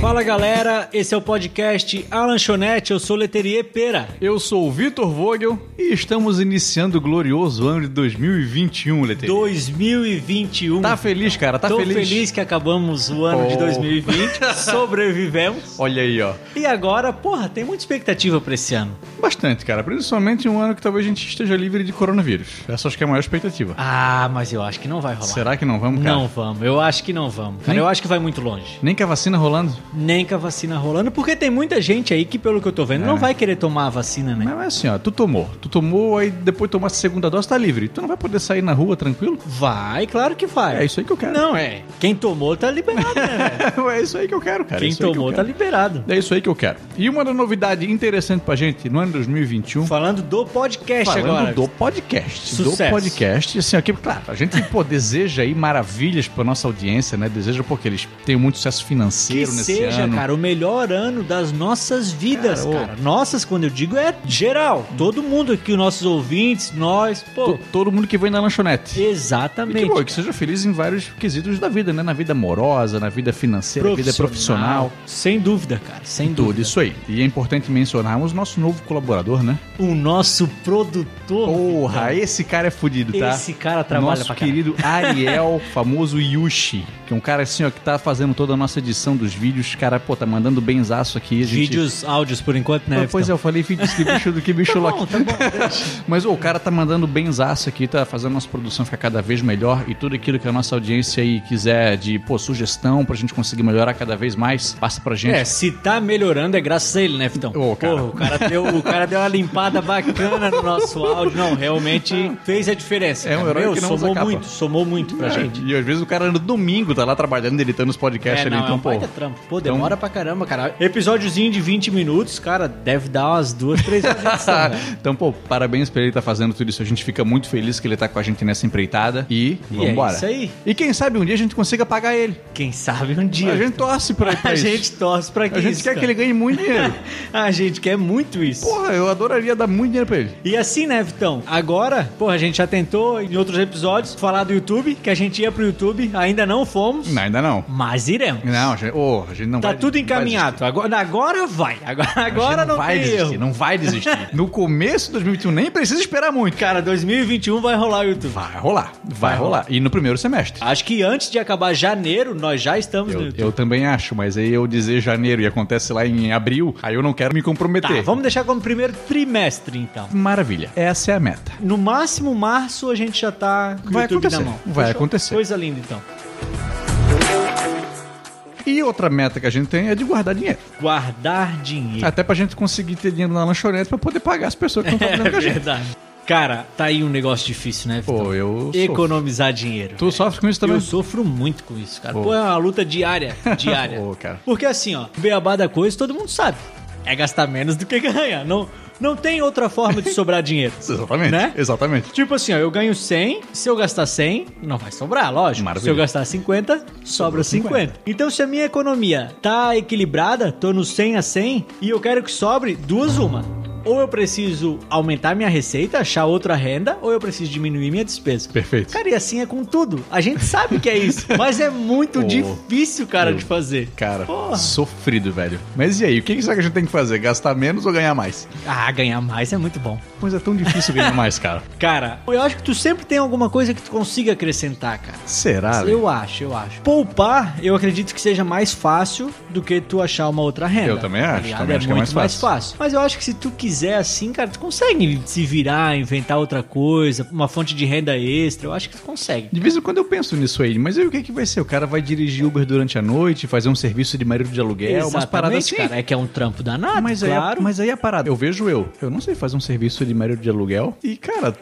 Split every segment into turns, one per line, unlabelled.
Fala galera, esse é o podcast A Lanchonete, eu sou o Leterier Pera.
Eu sou o Vitor Vogel e estamos iniciando o glorioso ano de 2021, Leterier.
2021.
Tá feliz, cara? Tá
Tô
feliz?
que acabamos o ano de
Oh.
2020, sobrevivemos.
Olha aí, ó.
E agora, porra, tem muita expectativa pra esse ano.
Bastante, cara. Principalmente um ano que talvez a gente esteja livre de coronavírus. Essa acho que é a maior expectativa.
Ah, mas eu acho que não vai rolar.
Será Hum? que não vamos, cara?
Não vamos, eu acho que não vamos. Cara,
Nem-
eu acho que vai muito longe.
Nem com a vacina rolando?
Nem com a vacina rolando, porque tem muita gente aí que, pelo que eu tô vendo,
É.
não vai querer tomar a vacina, né?
Mas é assim, ó. Tu tomou. Tu tomou, aí depois tomar a segunda dose, tá livre. Tu não vai poder sair na rua tranquilo?
Vai, claro que vai.
É isso aí que eu quero.
Não, é. Quem tomou tá liberado, né? velho?
é isso aí que eu quero, cara. É
Quem
isso aí que eu
tomou tá
quero.
liberado.
É isso aí que eu quero. E uma novidade interessante pra gente no ano de 2021.
Falando do podcast
Falando
agora.
do podcast.
Sucesso.
Do podcast. Assim, aqui, claro, a gente pô, deseja aí maravilhas pra nossa audiência, né? Deseja porque eles têm muito sucesso
Que
financeiro nesse
seja,
ano.
cara, o melhor ano das nossas vidas,
Cara, ô.
cara. Nossas, quando eu digo, é geral. Todo mundo aqui, os nossos ouvintes, nós, pô.
To- Todo mundo que vem na lanchonete. E
Exatamente.
que, bom, que seja feliz em vários quesitos da vida, né? Na vida amorosa, na vida financeira, na vida profissional.
Sem dúvida, cara. Sem
Tudo
dúvida.
isso aí. E é importante mencionarmos nosso novo colaborador, né?
O nosso produtor.
Porra, esse cara é fudido, tá?
Esse cara trabalha
Nosso
pra caralho.
querido Ariel, famoso Yushi, que é um cara assim, ó, que tá fazendo toda a nossa edição dos vídeos. Cara, pô, tá mandando benzaço aqui. A gente...
Vídeos, áudios por enquanto, né?
Pô, Pois é, eu falei vídeos que bicho do que bicho
Tá
louco.
bom, tá bom.
Mas ô, o cara tá mandando benzaço aqui, tá fazendo a nossa produção ficar cada vez melhor e tudo aquilo que a nossa audiência aí quiser de, pô, sugestão pra gente conseguir melhorar cada vez mais, passa pra gente.
É, se tá melhorando é graças a ele, né, Fitão?
Ô, cara.
Porra, o cara, deu, o cara deu uma limpada bacana no nosso áudio. Não, realmente fez a diferença.
É um
cara.
herói
Meu,
que não usa
somou
capa.
muito, somou muito pra gente.
É, E às vezes o cara no domingo tá lá trabalhando, editando os podcasts ali, então,
um
pô.
baita trampo. Pô,
Então-
demora pra caramba, cara. Episódiozinho de 20 minutos, cara, deve dar umas duas, três horas de edição, né?
Ah,
velho.
então, pô, parabéns pra ele tá fazendo tudo isso. A gente fica muito feliz que ele tá com a gente nessa empreitada. E,
E
vamos
é
embora.
isso aí.
E quem sabe um dia a gente consiga pagar ele.
Quem sabe um dia.
a gente torce pra, pra
A
isso.
gente torce pra que
a gente
isso,
quer que ele
cara.
ganhe muito dinheiro.
A gente quer muito isso.
Porra, eu adoraria dar muito dinheiro pra ele.
E assim, né, Vitão? Agora, porra, a gente já tentou em outros episódios falar do YouTube, que a gente ia pro YouTube, ainda não fomos,
Não, ainda não.
mas iremos.
Não, a gente, ô, a gente não
Tá
vai
tudo
não vai
encaminhado. Agora, agora vai. Agora,
desistir. A gente
agora não,
vai
tem
desistir,
erro.
não vai desistir. No começo de 2021 nem precisa esperar muito.
Cara, 2021 vai rolar o YouTube.
Vai rolar, vai, rolar. E no primeiro semestre.
Acho que antes de acabar janeiro, nós já estamos no
Eu,
YouTube.
eu também acho, mas aí eu dizer janeiro e acontece lá em abril, aí eu não quero me comprometer.
Tá, vamos deixar como primeiro trimestre, então.
Maravilha. Essa é a meta.
No máximo, março, a gente já tá com
Vai
o YouTube
acontecer,
na mão.
vai acontecer.
Coisa linda, então.
E outra meta que a gente tem é de guardar dinheiro.
Guardar dinheiro.
Até pra gente conseguir ter dinheiro na lanchonete pra poder pagar as pessoas que estão trabalhando com a
É
gente.
verdade. Cara, tá aí um negócio difícil, né, Vitão?
Pô, eu sofro.
Economizar dinheiro.
Tu sofre com isso também?
Eu sofro muito com isso, cara.
Pô.
Pô, é uma luta diária. Diária.
Pô, cara.
Porque assim, ó, o beabá da coisa todo mundo sabe. É gastar menos do que ganha. Não, não tem outra forma de sobrar dinheiro.
Exatamente.
Né?
Exatamente.
Tipo assim, ó, eu ganho 100, se eu gastar 100, não vai sobrar, lógico. Se
Maravilha.
eu gastar 50, sobra 50.
50.
Então, se a minha economia tá equilibrada, tô no 100 a 100, e eu quero que sobre duas uma. Ou eu preciso aumentar minha receita, achar outra renda, ou eu preciso diminuir minha despesa.
Perfeito.
Cara, e assim é com tudo. A gente sabe que é isso, mas é muito
Pô.
difícil, cara,
Meu.
de fazer.
Cara,
Porra.
sofrido, velho. Mas e aí, o que que será que a gente tem que fazer? Gastar menos ou ganhar mais?
Ah, ganhar mais é muito bom.
Mas é tão difícil ganhar mais, cara.
Cara, eu acho que tu sempre tem alguma coisa que tu consiga acrescentar, cara.
Será? velho?
Eu acho, eu acho. Poupar, eu acredito que seja mais fácil do que tu achar uma outra renda.
Eu também acho,
ligado?
também
é
acho que é
muito
mais
mais
fácil.
fácil. Mas eu acho que se tu quiser assim, cara, tu consegue se virar, inventar outra coisa, uma fonte de renda extra. Eu acho que tu consegue.
De vez em quando eu penso nisso aí, mas aí o que que vai ser? O cara vai dirigir Uber durante a noite, fazer um serviço de marido de aluguel, umas paradas assim.
cara. É que é um trampo danado,
Mas, aí,
claro.
a- mas aí a parada, Ah, eu vejo eu, eu não sei fazer um serviço de marido de aluguel e, cara,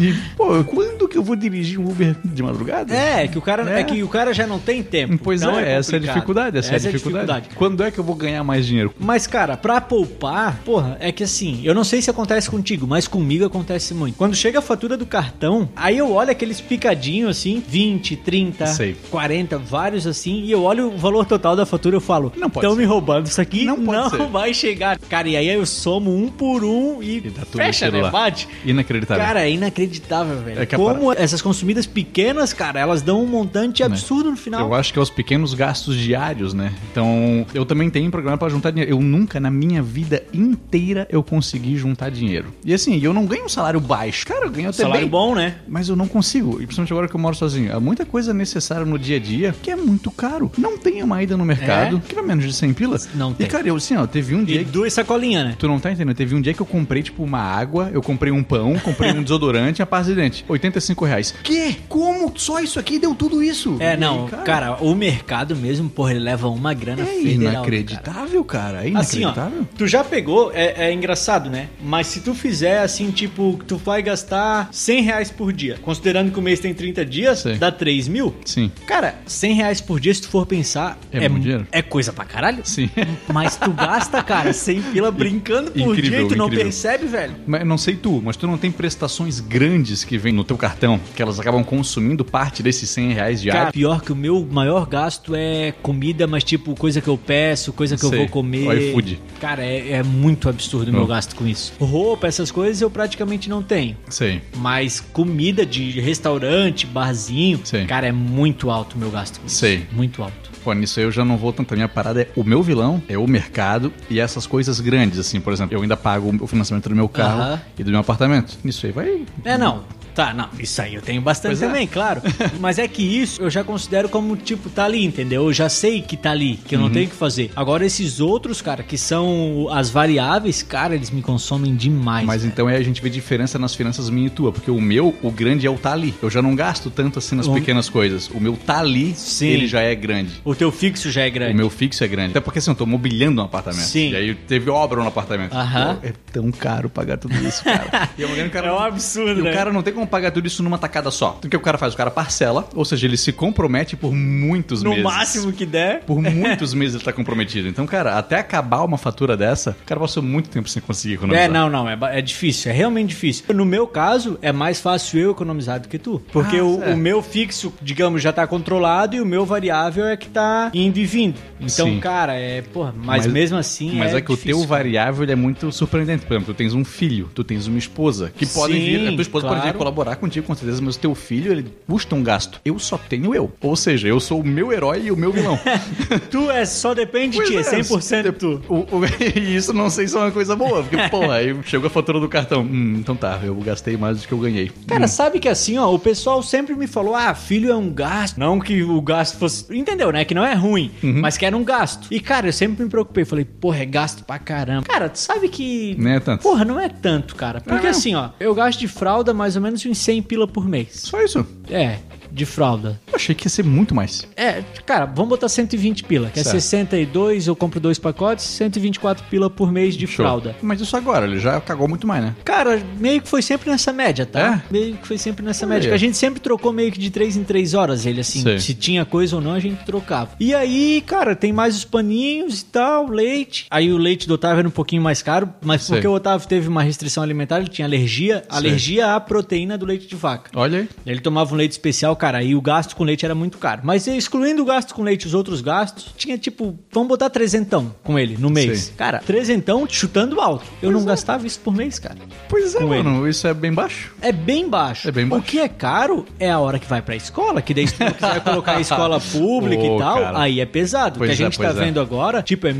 e, pô, quando que eu vou dirigir um Uber de madrugada?
É, que o cara, é.
É.
que o cara já não tem tempo.
Pois
Então
é, essa é a
complicado.
dificuldade, essa, é, a dificuldade. Quando é que eu vou ganhar mais dinheiro?
Mas, cara, pra poupar, porra, é que assim, eu não sei se acontece contigo, mas comigo acontece muito. Quando chega a fatura do cartão, aí eu olho aqueles picadinhos assim, 20, 30,
Sei.
40, vários assim, e eu olho o valor total da fatura e eu falo,
Não pode
estão
ser.
me roubando isso aqui,
Não
não,
pode ser."
vai chegar. Cara, e aí eu somo um por um e,
E dá tudo
fecha,
aquilo
né?
lá.
Bate.
Inacreditável.
Cara, é inacreditável, velho.
É que a
Como essas consumidas pequenas, cara, elas dão um montante absurdo no final.
Né? Eu acho que é os pequenos gastos diários, né? Então, eu também tenho um programa pra juntar dinheiro. Eu nunca, na minha vida inteira, eu consegui juntar dinheiro. E assim, eu não ganho um salário baixo. Cara, eu ganho até
Salário
bem.
bom, né?
Mas eu não consigo, e principalmente agora que eu moro sozinho. Há muita coisa necessária no dia a dia que é muito caro. Não tem uma ida no mercado, que vai menos de 100 pilas.
Não tem.
E cara, eu assim, ó, teve um dia
E
que.
duas sacolinhas, né?
Tu não tá entendendo? Teve um dia que eu comprei, tipo, uma água, eu comprei um pão, comprei um desodorante, a pasta de dente. R$ 85 reais. Que? Como? Só isso aqui deu tudo isso?
É, não,
E,
cara, o mercado mesmo, porra, ele leva uma grana
É
federal. cara.
inacreditável, cara. É
Assim, ó,
inacreditável.
tu já pegou, é, é engraçado, né? Mas se tu fizer assim, tipo, que tu vai gastar 100 reais por dia, considerando que o mês tem 30 dias,
Sei.
dá 3 mil.
Sim.
Cara, 100 reais por dia, se tu for pensar,
É muito dinheiro.
é coisa pra caralho.
Sim.
Mas tu gasta, cara, 100 pila brincando por
Incrível,
dia e tu não
incrível.
percebe, velho.
Mas não sei tu, mas tu não tem prestações grandes que vem no teu cartão, que elas acabam consumindo parte desses 100 reais
Cara,
diários.
pior que o meu maior gasto é comida, mas tipo, coisa que eu peço, coisa que
Sei.
eu vou comer.
O iFood.
Cara, é, é muito absurdo o
Não.
meu gasto com isso. Roupa, essas coisas eu praticamente não tenho.
Sei.
Mas comida de restaurante, barzinho,
Sei.
cara, é muito alto o meu gasto com isso.
Sei.
Muito alto.
Pô, nisso aí eu já não vou tanto. A minha parada é o meu vilão, é o mercado e essas coisas grandes, assim, por exemplo, eu ainda pago o financiamento do meu carro
Aham.
e do meu apartamento. Nisso aí vai.
É, não. Tá, não. Isso aí eu tenho bastante
Pois é.
também, claro. Mas é que isso eu já considero como, tipo, tá ali, entendeu? Eu já sei que tá ali, que eu
Uhum.
não tenho o que fazer. Agora, esses outros, cara, que são as variáveis, cara, eles me consomem demais.
Mas
velho.
então aí a gente vê diferença nas finanças minha e tua, porque o meu, o grande é o tá ali. Eu já não gasto tanto assim nas
O-
pequenas coisas. O meu tá ali,
Uhum. Sim.
ele já é grande.
O teu fixo já é grande.
O meu fixo é grande. Até porque assim, eu tô mobiliando um apartamento.
Sim.
E aí teve obra no apartamento.
Aham.
Pô, é tão caro pagar tudo isso, cara. e eu o cara.
É um
e
absurdo,
o
né?
cara não tem como pagar tudo isso numa tacada só. Então, O que o cara faz? O cara parcela, ou seja, ele se compromete por muitos
No
meses.
máximo que der.
Por muitos meses ele tá comprometido. Então, cara, até acabar uma fatura dessa, o cara passou muito tempo sem conseguir economizar.
É, não, não, é, ba- é difícil, é realmente difícil. No meu caso, é mais fácil eu economizar do que tu. Porque
Ah,
o,
certo.
o meu fixo, digamos, já tá controlado e o meu variável é que tá indo e vindo. Então,
Sim.
cara, é, porra, mas,
Mas-
mesmo assim.
Mas é, que
difícil,
o teu
cara.
variável ele é muito surpreendente. Por exemplo, tu tens um filho, tu tens uma esposa, que podem
Sim,
vir, a tua esposa pode vir
claro.
colaborar contigo com certeza, mas o teu filho, ele custa um gasto. Eu só tenho eu. Ou seja, eu sou o meu herói e o meu vilão.
Tu é, só depende de ti, é 100% tu.
O- o- e isso não sei se é uma coisa boa, porque, porra, aí chegou a fatura do cartão. Hum, então tá, eu gastei mais do que eu ganhei.
Cara, sabe que assim, ó, o pessoal sempre me falou: ah, filho é um gasto. Não que o gasto fosse. Entendeu, né? Que não é ruim,
Uhum.
mas que era um gasto. E, cara, eu sempre me preocupei. Falei, porra, é gasto pra caramba. Cara, tu sabe que.
Não é tanto.
Porra, não é tanto, cara. Porque
Não.
assim, ó, eu gasto de fralda mais ou menos uns 100 pila por mês.
Só isso.
É, de fralda.
Eu achei que ia ser muito mais.
É, cara, vamos botar 120 pila, que
Certo.
é 62, eu compro dois pacotes, 124 pila por mês de
Show.
fralda.
Mas isso agora, ele já cagou muito mais, né?
Cara, meio que foi sempre nessa média, tá? Meio que foi sempre nessa
É? Olha
média.
aí.
Que a gente sempre trocou meio que de 3 em 3 horas ele, assim.
Sei.
Se tinha coisa ou não, a gente trocava. E aí, cara, tem mais os paninhos e tal, leite. Aí o leite do Otávio era um pouquinho mais caro, mas
Sei.
porque o Otávio teve uma restrição alimentar, ele tinha alergia, alergia à proteína do leite de vaca.
Olha aí.
Ele tomava um leite especial, cara, e o gasto com leite era muito caro. Mas excluindo o gasto com leite e os outros gastos, tinha tipo, vamos botar trezentão com ele no mês.
Sei.
Cara, trezentão chutando alto. Eu não gastava isso por mês, cara.
Pois é,
Com ele.
mano, isso é bem baixo.
É bem baixo.
É bem baixo.
O que é caro é a hora que vai pra escola, que daí se tu não quiser colocar a escola pública
Ô,
e tal,
cara.
aí é pesado. o
Pois
que a
é,
gente
pois
tá
é.
vendo agora, tipo, é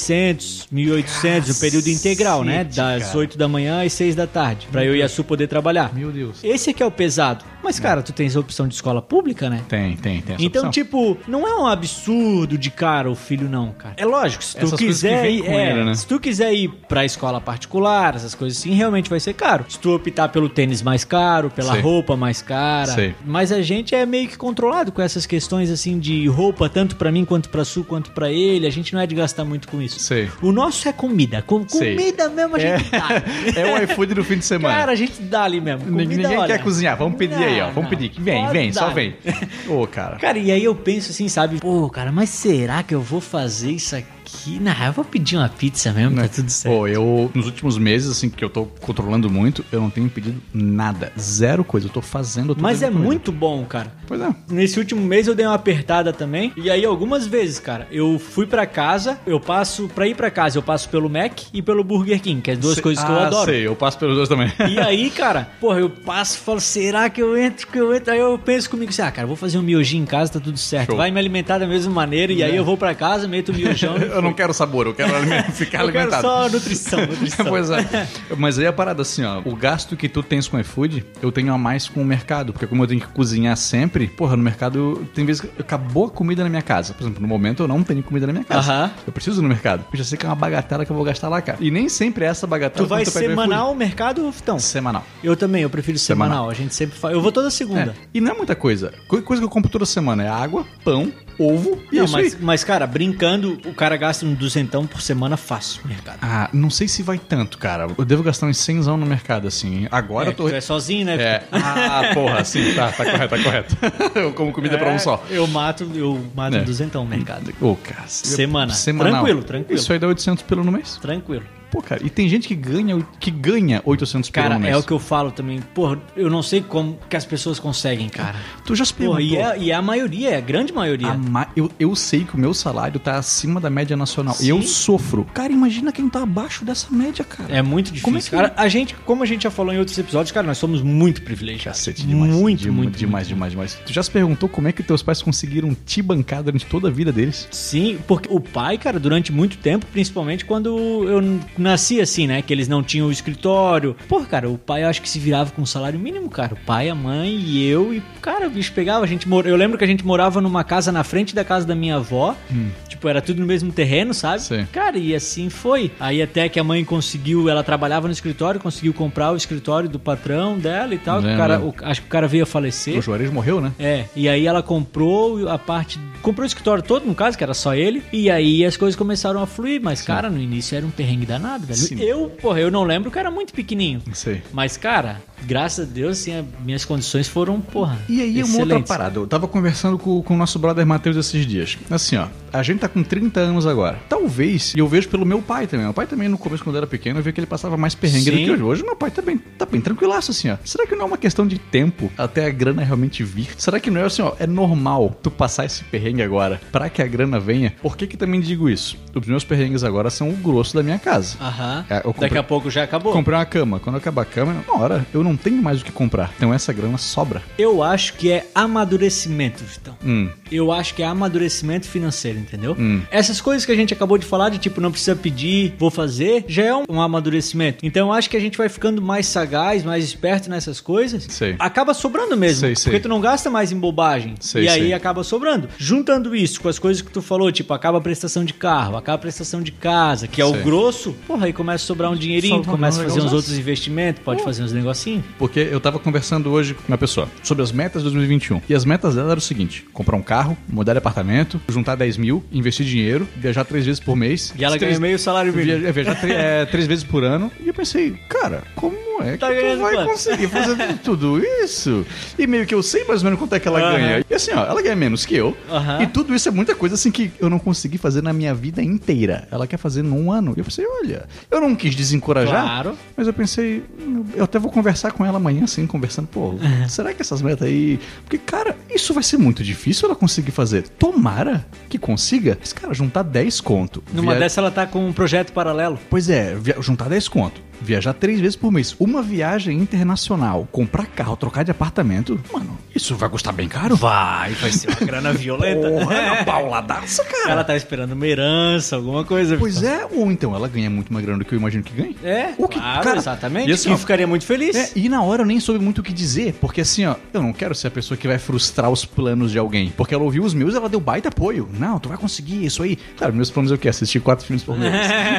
1.600, 1.800, o período integral, né? Das
cara.
8 da manhã às 6 da tarde, pra eu e a Su poder trabalhar.
Meu Deus.
Esse aqui é o pesado. Mas, cara, tu tens a opção de escola pública, né?
Tem, tem, tem. Essa
Então,
opção.
tipo, não é um absurdo de cara o filho, não, cara. É lógico, se tu
Essas coisas que
quiser
vêm
ir,
com
é,
ele, né?
se tu quiser ir pra escola particular, essas coisas assim, realmente vai ser caro. Se tu optar pelo tênis mais caro, pela
Sei.
roupa mais cara.
Sei.
Mas a gente é meio que controlado com essas questões assim de roupa, tanto pra mim quanto pra Su, quanto pra ele. A gente não é de gastar muito com isso.
Sei.
O nosso é comida. Com
Sei.
comida mesmo a gente dá.
É o iFood do fim de semana.
Cara, a gente dá ali mesmo.
Ningu-
Comida,
Ninguém
olha.
quer cozinhar. Vamos pedir aí, ó.
Não,
Vamos
não.
pedir. Vem,
Pode
vem, só
dar.
vem. Ô, cara.
Cara, e aí eu penso assim, sabe? Pô, cara, mas será que eu vou fazer isso aqui? aqui. Não, eu vou pedir uma pizza mesmo, tá tudo certo.
Né? Pô, eu, nos últimos meses, assim, que eu tô controlando muito, eu não tenho pedido nada. Zero coisa. Eu tô fazendo tudo.
Mas
da
é
comida.
muito bom, cara.
Pois é.
Nesse último mês eu dei uma apertada também. E aí, algumas vezes, cara, eu fui pra casa, eu passo. Pra ir pra casa, eu passo pelo Mac e pelo Burger King, que é as duas
Sei-
coisas que eu
Ah,
adoro.
sei, eu passo pelos dois também.
E aí, cara, porra, eu passo e falo, será que eu entro, que eu entro? Aí eu penso comigo assim, ah, cara, eu vou fazer um miojinho em casa, tá tudo certo.
Show. Né?
Vai me alimentar da mesma maneira, e aí eu vou pra casa, meto o miojão.
Eu não quero sabor, eu quero alime- ficar
eu quero
alimentado.
só nutrição, nutrição.
pois é. Mas aí a parada assim, ó. O gasto que tu tens com o iFood, eu tenho a mais com o mercado. Porque como eu tenho que cozinhar sempre, porra, no mercado eu- tem vezes que acabou a comida na minha casa. Por exemplo, no momento eu não tenho comida na minha casa.
Aham.
Eu preciso ir no mercado. Eu já sei que é uma bagatela que eu vou gastar lá, cara. E nem sempre é essa bagatela.
Tu vai
quando pede no iFood.
semanal ao mercado, Fitão?
Semanal.
Eu também, eu prefiro semanal.
Semanal.
A gente sempre faz. Eu vou toda segunda.
É. E não é muita coisa. Co- Coisa que eu compro toda semana é água, pão, ovo e é
Não,
isso
mas,
aí.
mas, cara, brincando, o cara gasta um duzentão por semana fácil no mercado.
Ah, não sei se vai tanto, cara. Eu devo gastar uns 100 no mercado, assim.
é,
Agora eu tô...
tu é sozinho, né?
É. Ah, porra, sim, tá, tá correto, tá correto. Eu como comida pra um só.
É, Eu mato, eu mato
É.
um duzentão no mercado.
Ô, cara.
Semana.
Semanal.
Tranquilo, tranquilo.
Isso aí dá 800 pelo no mês.
Tranquilo.
Pô, cara, e tem gente que ganha, que ganha 800 pelo
Cara,
no mês.
é o que eu falo também. Porra, eu não sei como que as pessoas conseguem, cara.
Tu já se perguntou.
Porra, e, é, e é a maioria, é a grande maioria.
a ma- eu, eu sei que o meu salário tá acima da média nacional.
Sim.
Eu sofro. Cara, imagina quem tá abaixo dessa média, cara.
É muito difícil.
Como é que-
Cara, a gente, como a gente já falou em outros episódios, cara, nós somos muito privilegiados.
Cacete, demais.
Muito,
Dem-
muito,
Demais, demais, demais. Tu já se perguntou como é que teus pais conseguiram te bancar durante toda a vida deles?
Sim, porque o pai, cara, durante muito tempo, principalmente quando eu n- nasci assim, né? Que eles não tinham o escritório. Pô, cara, o pai eu acho que se virava com um salário mínimo, cara. O pai, a mãe e eu. E, cara, o bicho pegava. A gente mora... Eu lembro que a gente morava numa casa na frente da casa da minha avó. Tipo, era tudo no mesmo terreno, sabe?
Sim.
Cara, e assim foi. Aí até que a mãe conseguiu, ela trabalhava no escritório, conseguiu comprar o escritório do patrão dela e tal. que O
Lembro.
cara, o- acho que o cara veio a falecer.
O Juarez morreu, né?
É, e aí ela comprou a parte. Comprou o escritório todo, no caso, que era só ele. E aí as coisas começaram a fluir. Mas, cara, no início era um perrengue danado, velho.
Sim.
Eu, porra, eu não lembro que eu era muito pequenininho.
Não sei.
Mas, cara, graças a Deus, assim, a- minhas condições foram, porra.
E aí é uma outra
excelentes.
parada. Eu tava conversando com, com o nosso brother Matheus esses dias. Assim, ó, a gente tá com 30 anos agora. Talvez, e eu vejo pelo meu pai também. Meu pai também, no começo, quando era pequeno, eu via que ele passava mais perrengue do
Sim.
que hoje. Hoje meu pai tá bem, tá bem tranquilaço, assim, ó. Será que não é uma questão de tempo até a grana realmente vir? Será que não é assim, ó, é normal tu passar esse perrengue agora pra que a grana venha? Por que que também digo isso? Os meus perrengues agora são o grosso da minha casa.
Aham.
É, eu comprei-
Daqui a pouco já acabou.
Comprei uma cama. Quando acabar a cama, na hora, eu não tenho mais o que comprar. Então essa grana sobra.
Eu acho que é amadurecimento, Vitão.
Hum.
Eu acho que é amadurecimento financeiro, entendeu?
Hum.
Essas coisas que a gente acabou de falar, de tipo, não precisa pedir, vou fazer, já é um, um amadurecimento. Então eu acho que a gente vai ficando mais sagaz, mais esperto nessas coisas.
Sei.
Acaba sobrando mesmo.
Sei, sei.
Porque tu não gasta mais em bobagem.
Sei,
e aí
sei.
acaba sobrando. Juntando isso com as coisas que tu falou, tipo, acaba a prestação de carro, acaba a prestação de casa, que é
Sei.
o grosso, porra, aí começa a sobrar um dinheirinho,
Sobra um
começa a fazer uns
legalzaço.
outros investimentos, pode fazer uns negocinhos.
Porque eu tava conversando hoje com uma pessoa sobre as metas de 2021. E as metas dela eram o seguinte: comprar um carro, mudar de apartamento, juntar 10 mil, investir dinheiro, viajar três vezes por mês.
E ela
três,
ganha meio salário mínimo.
via- é, viajar tre- é, três vezes por ano. E eu pensei, cara, como é
Tá
que tu
ganhando
vai
quanto?
conseguir fazer tudo isso? E meio que eu sei mais ou menos quanto é que ela
Aham.
ganha. E assim, ó, ela ganha menos que eu.
Aham.
E tudo isso é muita coisa assim que eu não consegui fazer na minha vida inteira. Ela quer fazer num ano. E eu pensei, olha, eu não quis desencorajar.
Claro.
Mas eu pensei, hum, eu até vou conversar com ela amanhã, assim, conversando, pô,
É.
será que essas metas aí. Porque, cara, isso vai ser muito difícil ela conseguir fazer. Tomara que consiga. Mas, cara, juntar 10 conto.
Numa
via-
dessa ela tá com um projeto paralelo.
Pois é, via- juntar 10 conto. Viajar três vezes por mês. Uma viagem internacional. Comprar carro, trocar de apartamento. Mano, isso vai custar bem caro?
Vai, vai ser uma grana violenta.
Porra, é uma pauladaça, cara.
Ela tá esperando uma herança, alguma coisa.
Pois é, ou então ela ganha muito mais grana do que eu imagino que ganhe.
É,
o que,
claro,
cara,
exatamente.
E
E
assim, ó,
ficaria muito feliz.
É, e na hora eu nem soube muito o que dizer, porque assim, ó, eu não quero ser a pessoa que vai frustrar os planos de alguém. Porque ela ouviu os meus ela deu baita apoio. Não, tu vai conseguir isso aí. Cara, meus planos é o quê? Assistir quatro filmes por mês.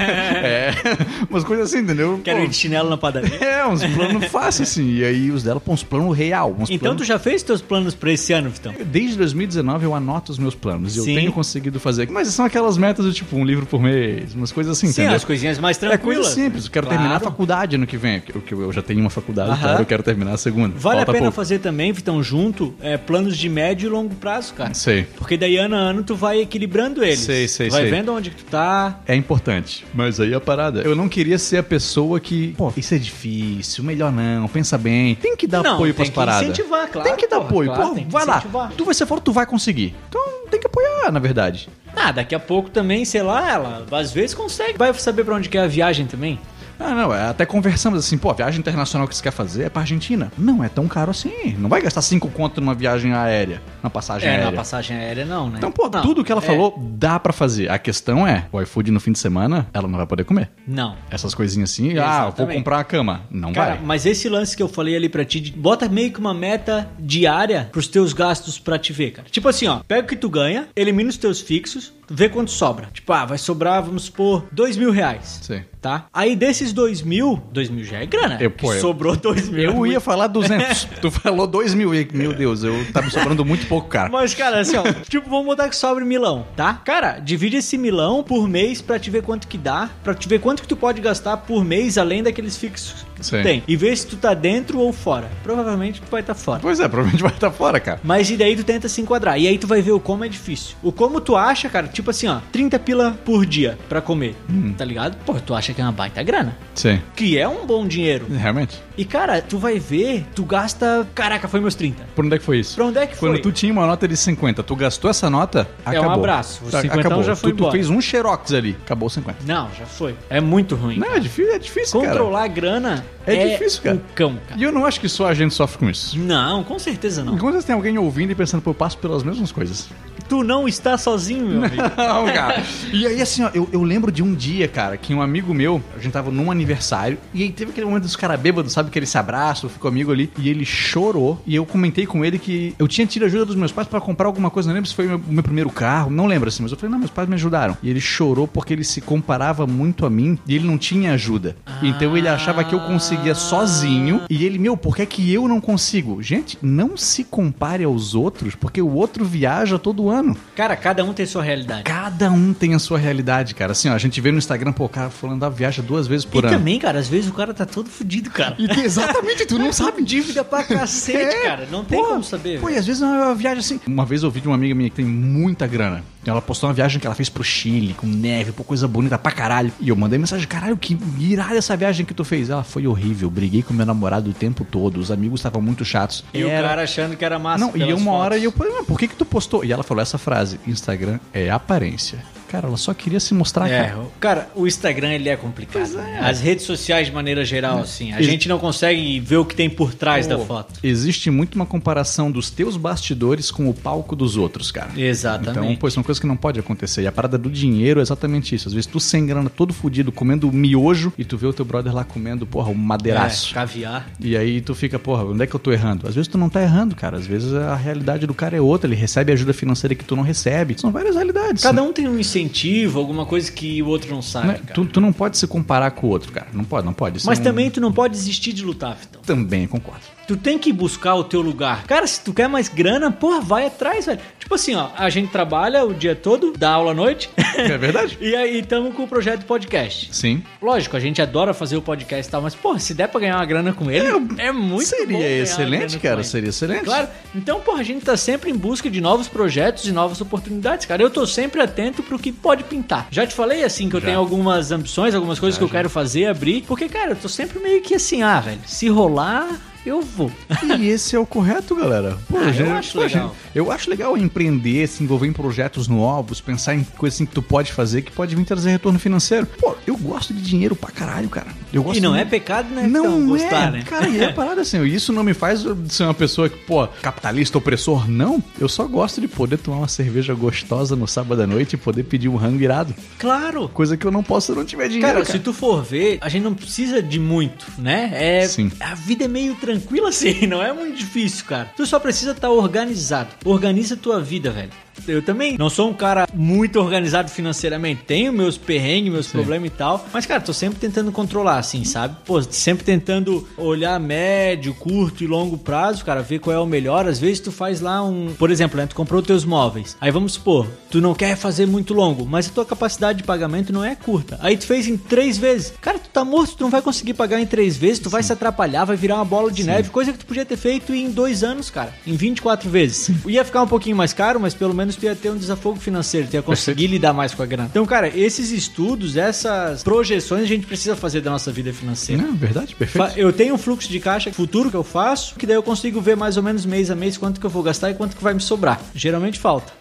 é, umas coisas assim, entendeu?
Quero
Pô,
ir de chinelo na padaria.
É, uns planos fáceis, assim. E aí os dela, pô, uns planos real. Uns
Então
planos...
tu já fez teus planos pra esse ano, Vitão?
Desde 2019 eu anoto os meus planos. e Eu
Sim.
tenho conseguido fazer. Mas são aquelas metas do tipo um livro por mês, umas coisas assim,
Sim,
entendeu?
as coisinhas mais
É coisa
tranquilas.
simples. Eu quero
Claro.
terminar tá a faculdade ano que vem. que Eu, que eu já tenho uma faculdade,
Aham.
claro, eu quero terminar a segunda.
Vale
Falta
a pena
pouco.
fazer também, Vitão, junto, é, planos de médio e longo prazo, cara.
Sei.
Porque daí ano a ano tu vai equilibrando eles.
Sei, sei,
tu vai
sei.
vendo onde que tu tá.
É importante. Mas aí a parada. é, Eu não queria ser a pessoa que. Pô, isso é difícil, melhor não, pensa bem. Tem que dar
Não,
apoio
tem
pras
que
paradas.
incentivar, claro,
Tem que dar
porra,
apoio.
claro,
Pô,
tem que
vai lá.
incentivar.
Tu vai ser fora, tu vai conseguir. Então tem que apoiar, na verdade.
Ah, daqui a pouco também, sei lá, ela às vezes consegue. Vai saber pra onde que é a viagem também.
Ah, não, é, até conversamos assim, pô, a viagem internacional que você quer fazer é pra Argentina. Não é tão caro assim. Não vai gastar cinco conto numa viagem aérea, na passagem
É,
aérea.
na passagem aérea não, né?
Então, pô,
Não,
tudo que ela
é,
falou dá pra fazer. A questão é, o iFood no fim de semana, ela não vai poder comer.
Não.
Essas coisinhas assim, ah, vou
Exatamente.
comprar a cama. Não
Cara,
vai.
mas esse lance que eu falei ali pra ti, de- bota meio que uma meta diária pros teus gastos pra te ver, cara. Tipo assim, ó, pega o que tu ganha, elimina os teus fixos, vê quanto sobra. Tipo, ah, vai sobrar, vamos supor, dois mil reais.
Sim.
Tá? Aí desses dois mil, dois mil já é grana.
Eu-
porque
pô, eu-
sobrou dois mil. é
Eu
muito.
ia falar 200. tu falou 2 mil e, meu Deus, eu tá me sobrando muito pouco, cara.
Mas, cara, assim, ó, tipo, vamos botar que sobre milão, tá? Cara, divide esse milão por mês pra te ver quanto que dá, pra te ver quanto que tu pode gastar por mês além daqueles fixos que
Sim.
tu tem. E ver se tu tá dentro ou fora. Provavelmente tu vai estar tá fora.
Pois é, provavelmente vai estar fora, cara.
Mas e daí tu tenta se enquadrar. E aí tu vai ver o como é difícil. O como tu acha, cara, tipo assim, ó, 30 pila por dia pra comer,
Hum.
tá ligado? Pô, tu acha que é uma baita grana.
Sim.
Que é um bom dinheiro.
Realmente.
E cara, tu vai ver, tu gasta. Caraca, foi meus 30.
Por onde é que foi isso?
Pra onde é que
Quando
foi?
tu tinha uma nota de 50, tu gastou essa nota,
É um
acabou.
abraço. O
Tá,
50
acabou.
já foi
tu, tu
embora.
fez um xerox ali, acabou o 50.
Não, já foi. É muito ruim.
Não, é difícil, é difícil,
Controlar a grana
É difícil, cara.
o cão,
cara.
cara.
E eu não acho que só a gente sofre com isso.
Não, com certeza não.
Enquanto tem alguém ouvindo e pensando, pô, eu passo pelas mesmas coisas.
Tu não está sozinho, meu amigo.
Não, cara. E aí, assim, ó, eu, eu lembro de um dia, cara, que um amigo meu, a gente tava num aniversário, e aí teve aquele momento dos caras bêbados, sabe? Que ele se abraça, ficou amigo ali, e ele chorou. E eu comentei com ele que eu tinha tido a ajuda dos meus pais pra comprar alguma coisa, não lembro se foi o meu, o meu primeiro carro, não lembro assim, mas eu falei, não, meus pais me ajudaram. E ele chorou porque ele se comparava muito a mim e ele não tinha ajuda. Então ele achava que eu conseguia sozinho, e ele, meu, por que é que eu não consigo? Gente, não se compare aos outros, porque o outro viaja todo ano.
Cara, cada um tem sua realidade.
Cada um tem a sua realidade, cara. Assim, ó, a gente vê no Instagram, pô, o cara falando da viagem duas vezes por
e
ano.
também, cara, às vezes o cara tá todo fudido, cara. É,
E tem- exatamente, tu não sabe disso.
Dívida pra cacete, cara. Não tem como saber.
Pô,
velho.
e às vezes é uma viagem assim. Uma vez eu ouvi de uma amiga minha que tem muita grana. Ela postou uma viagem que ela fez pro Chile, com neve, pô, coisa bonita pra caralho. E eu mandei mensagem, caralho, que irada essa viagem que tu fez. Ela foi horrível, briguei com meu namorado o tempo todo, os amigos estavam muito chatos.
E o
Era-
cara achando que era massa.
Não, e uma
pelas fotos.
hora eu falei, mas por que que tu postou? E ela falou essa frase, Instagram é aparência. Cara, ela só queria se mostrar,
É,
cara.
o- cara, o Instagram ele é complicado. né? As redes sociais de maneira geral, assim, a
Ex-
gente não consegue ver o que tem por trás da foto.
Existe muito uma comparação dos teus bastidores com o palco dos outros, cara.
Exatamente.
Então, pô, isso é uma coisa que não pode acontecer. E a parada do dinheiro é exatamente isso. Às vezes tu sem grana, todo fudido, comendo miojo, e tu vê o teu brother lá comendo, porra, um
É,
madeiraço.
caviar.
E aí tu fica, porra, onde é que eu tô errando? Às vezes tu não tá errando, cara. Às vezes a realidade do cara é outra. Ele recebe ajuda financeira que tu não recebe. São várias realidades.
Cada um tem um incentivo, alguma coisa que o outro não sabe,
Né?
cara.
tu, tu não pode se comparar com o outro, cara. Não pode, não pode. Isso
Mas
não-
também tu não pode desistir de lutar, Vitão.
Também, concordo.
Tu tem que buscar o teu lugar. Cara, se tu quer mais grana, porra, vai atrás, velho. Tipo assim, ó, a gente trabalha o dia todo, dá aula à noite,
É verdade?
e aí tamo com o projeto podcast.
Sim.
Lógico, a gente adora fazer o podcast e tal, mas, porra, se der pra ganhar uma grana com ele, é, muito bom
Seria
ganhar uma grana
excelente,
com
cara.
ele.
Seria excelente.
Claro. Então, porra, a gente tá sempre em busca de novos projetos e novas oportunidades, cara. Eu tô sempre atento pro que pode pintar. Já te falei, assim, que eu
Já.
tenho algumas ambições, algumas coisas que eu quero fazer, abrir. Porque, cara, eu tô sempre meio que assim, ah, velho, se rolar, eu vou.
E esse é o correto, galera. Pô,
Ah, eu
gente,
acho
pô,
legal.
gente, eu acho legal empreender, se envolver em projetos novos, pensar em coisas assim que tu pode fazer que pode vir trazer retorno financeiro. Pô, eu gosto de dinheiro pra caralho, cara. Eu gosto
E não é
muito.
pecado, né?
Não,
então, gostar,
é,
né?
cara, e é parada assim, isso não me faz ser uma pessoa que, pô, capitalista, opressor, não. Eu só gosto de poder tomar uma cerveja gostosa no sábado à noite e poder pedir um rango irado,
Claro.
coisa que eu não posso se eu não tiver é dinheiro,
Cara,
cara.
se tu for ver, a gente não precisa de muito, né? É,
Sim.
A vida é meio tranquila assim, não é muito difícil, cara. Tu só precisa estar organizado. Organiza tá a tua vida, velho. Eu também não sou um cara muito organizado financeiramente. Tenho meus perrengues, meus problemas e tal. Mas, cara, tô sempre tentando controlar, assim, sabe? Pô, sempre tentando olhar médio, curto e longo prazo, cara, ver qual é o melhor. Às vezes tu faz lá um. Por exemplo, né? Tu comprou teus móveis. Aí vamos supor, tu não quer fazer muito longo, mas a tua capacidade de pagamento não é curta. Aí tu fez em três vezes. Cara, tu tá morto, tu não vai conseguir pagar em três vezes, tu vai se atrapalhar, vai virar uma bola de neve, coisa que tu podia ter feito em dois anos, cara. Em 24 vezes. Ia ficar um pouquinho mais caro, mas pelo menos tu ia ter um desafogo financeiro, tu ia conseguir
Perfeito.
lidar mais com a grana. Então, cara, esses estudos, essas projeções a gente precisa fazer da nossa vida financeira.
Não, é verdade, perfeito.
Fa- Eu tenho um fluxo de caixa futuro que eu faço, que daí eu consigo ver mais ou menos mês a mês quanto que eu vou gastar e quanto que vai me sobrar. Geralmente falta.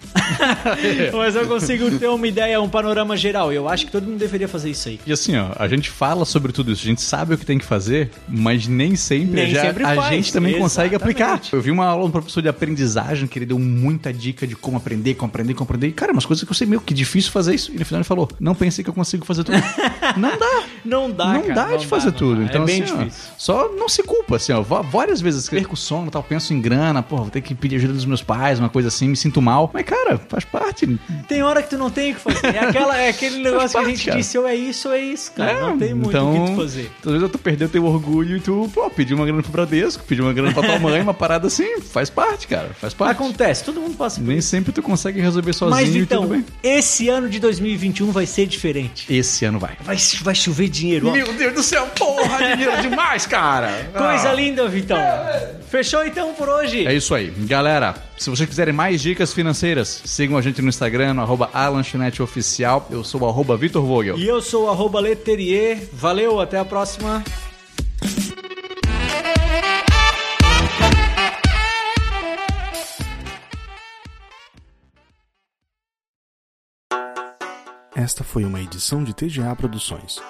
Mas eu consigo ter uma ideia, um panorama geral. E eu acho que todo mundo deveria fazer isso aí.
E assim, ó, a gente fala sobre tudo isso, a gente sabe o que tem que fazer, mas nem sempre,
Nem
já-
sempre
a
faz,
gente também consegue
exatamente.
aplicar. Eu vi uma aula do professor de aprendizagem que ele deu muita dica de como aprender, como aprender, como aprender. E, cara, umas coisas que eu sei meio que difícil fazer isso. E no final ele falou: não pensei que eu consigo fazer tudo. não dá.
Não dá,
não
cara,
dá de fazer
não
tudo.
dá.
Então,
é bem
assim, ó,
difícil.
só não se culpa, assim, ó. va- Várias vezes perco o sono e tal, penso em grana, pô, vou ter que pedir ajuda dos meus pais, uma coisa assim, me sinto mal. Mas, cara, faz parte.
Tem hora que tu não tem o que fazer. É, aquela- é aquele negócio que a
parte,
gente
cara.
disse, ou é isso ou é isso, cara.
É,
não tem muito o que tu fazer.
Às vezes tu perdeu teu orgulho e tu, pô, pediu uma grana pro Bradesco, pediu uma grana pra tua mãe, uma parada assim, faz parte, cara, faz parte.
Acontece, todo mundo passa por
Nem sempre tu consegue resolver sozinho
Mas
e
então,
tudo bem.
esse ano de 2021 vai ser diferente.
Esse ano vai.
Vai, vai chover dinheiro. ó.
Meu Deus do céu, porra, dinheiro demais, cara!
Coisa
Ah.
linda, Vitão. Fechou então por hoje.
É isso aí. Galera, se vocês quiserem mais dicas financeiras, sigam a gente no Instagram, no arroba alanchoneteoficial. Eu sou o arroba Vitor Vogel.
E eu sou o arroba Leterier. Valeu, até a próxima.
Esta foi uma edição de TGA Produções.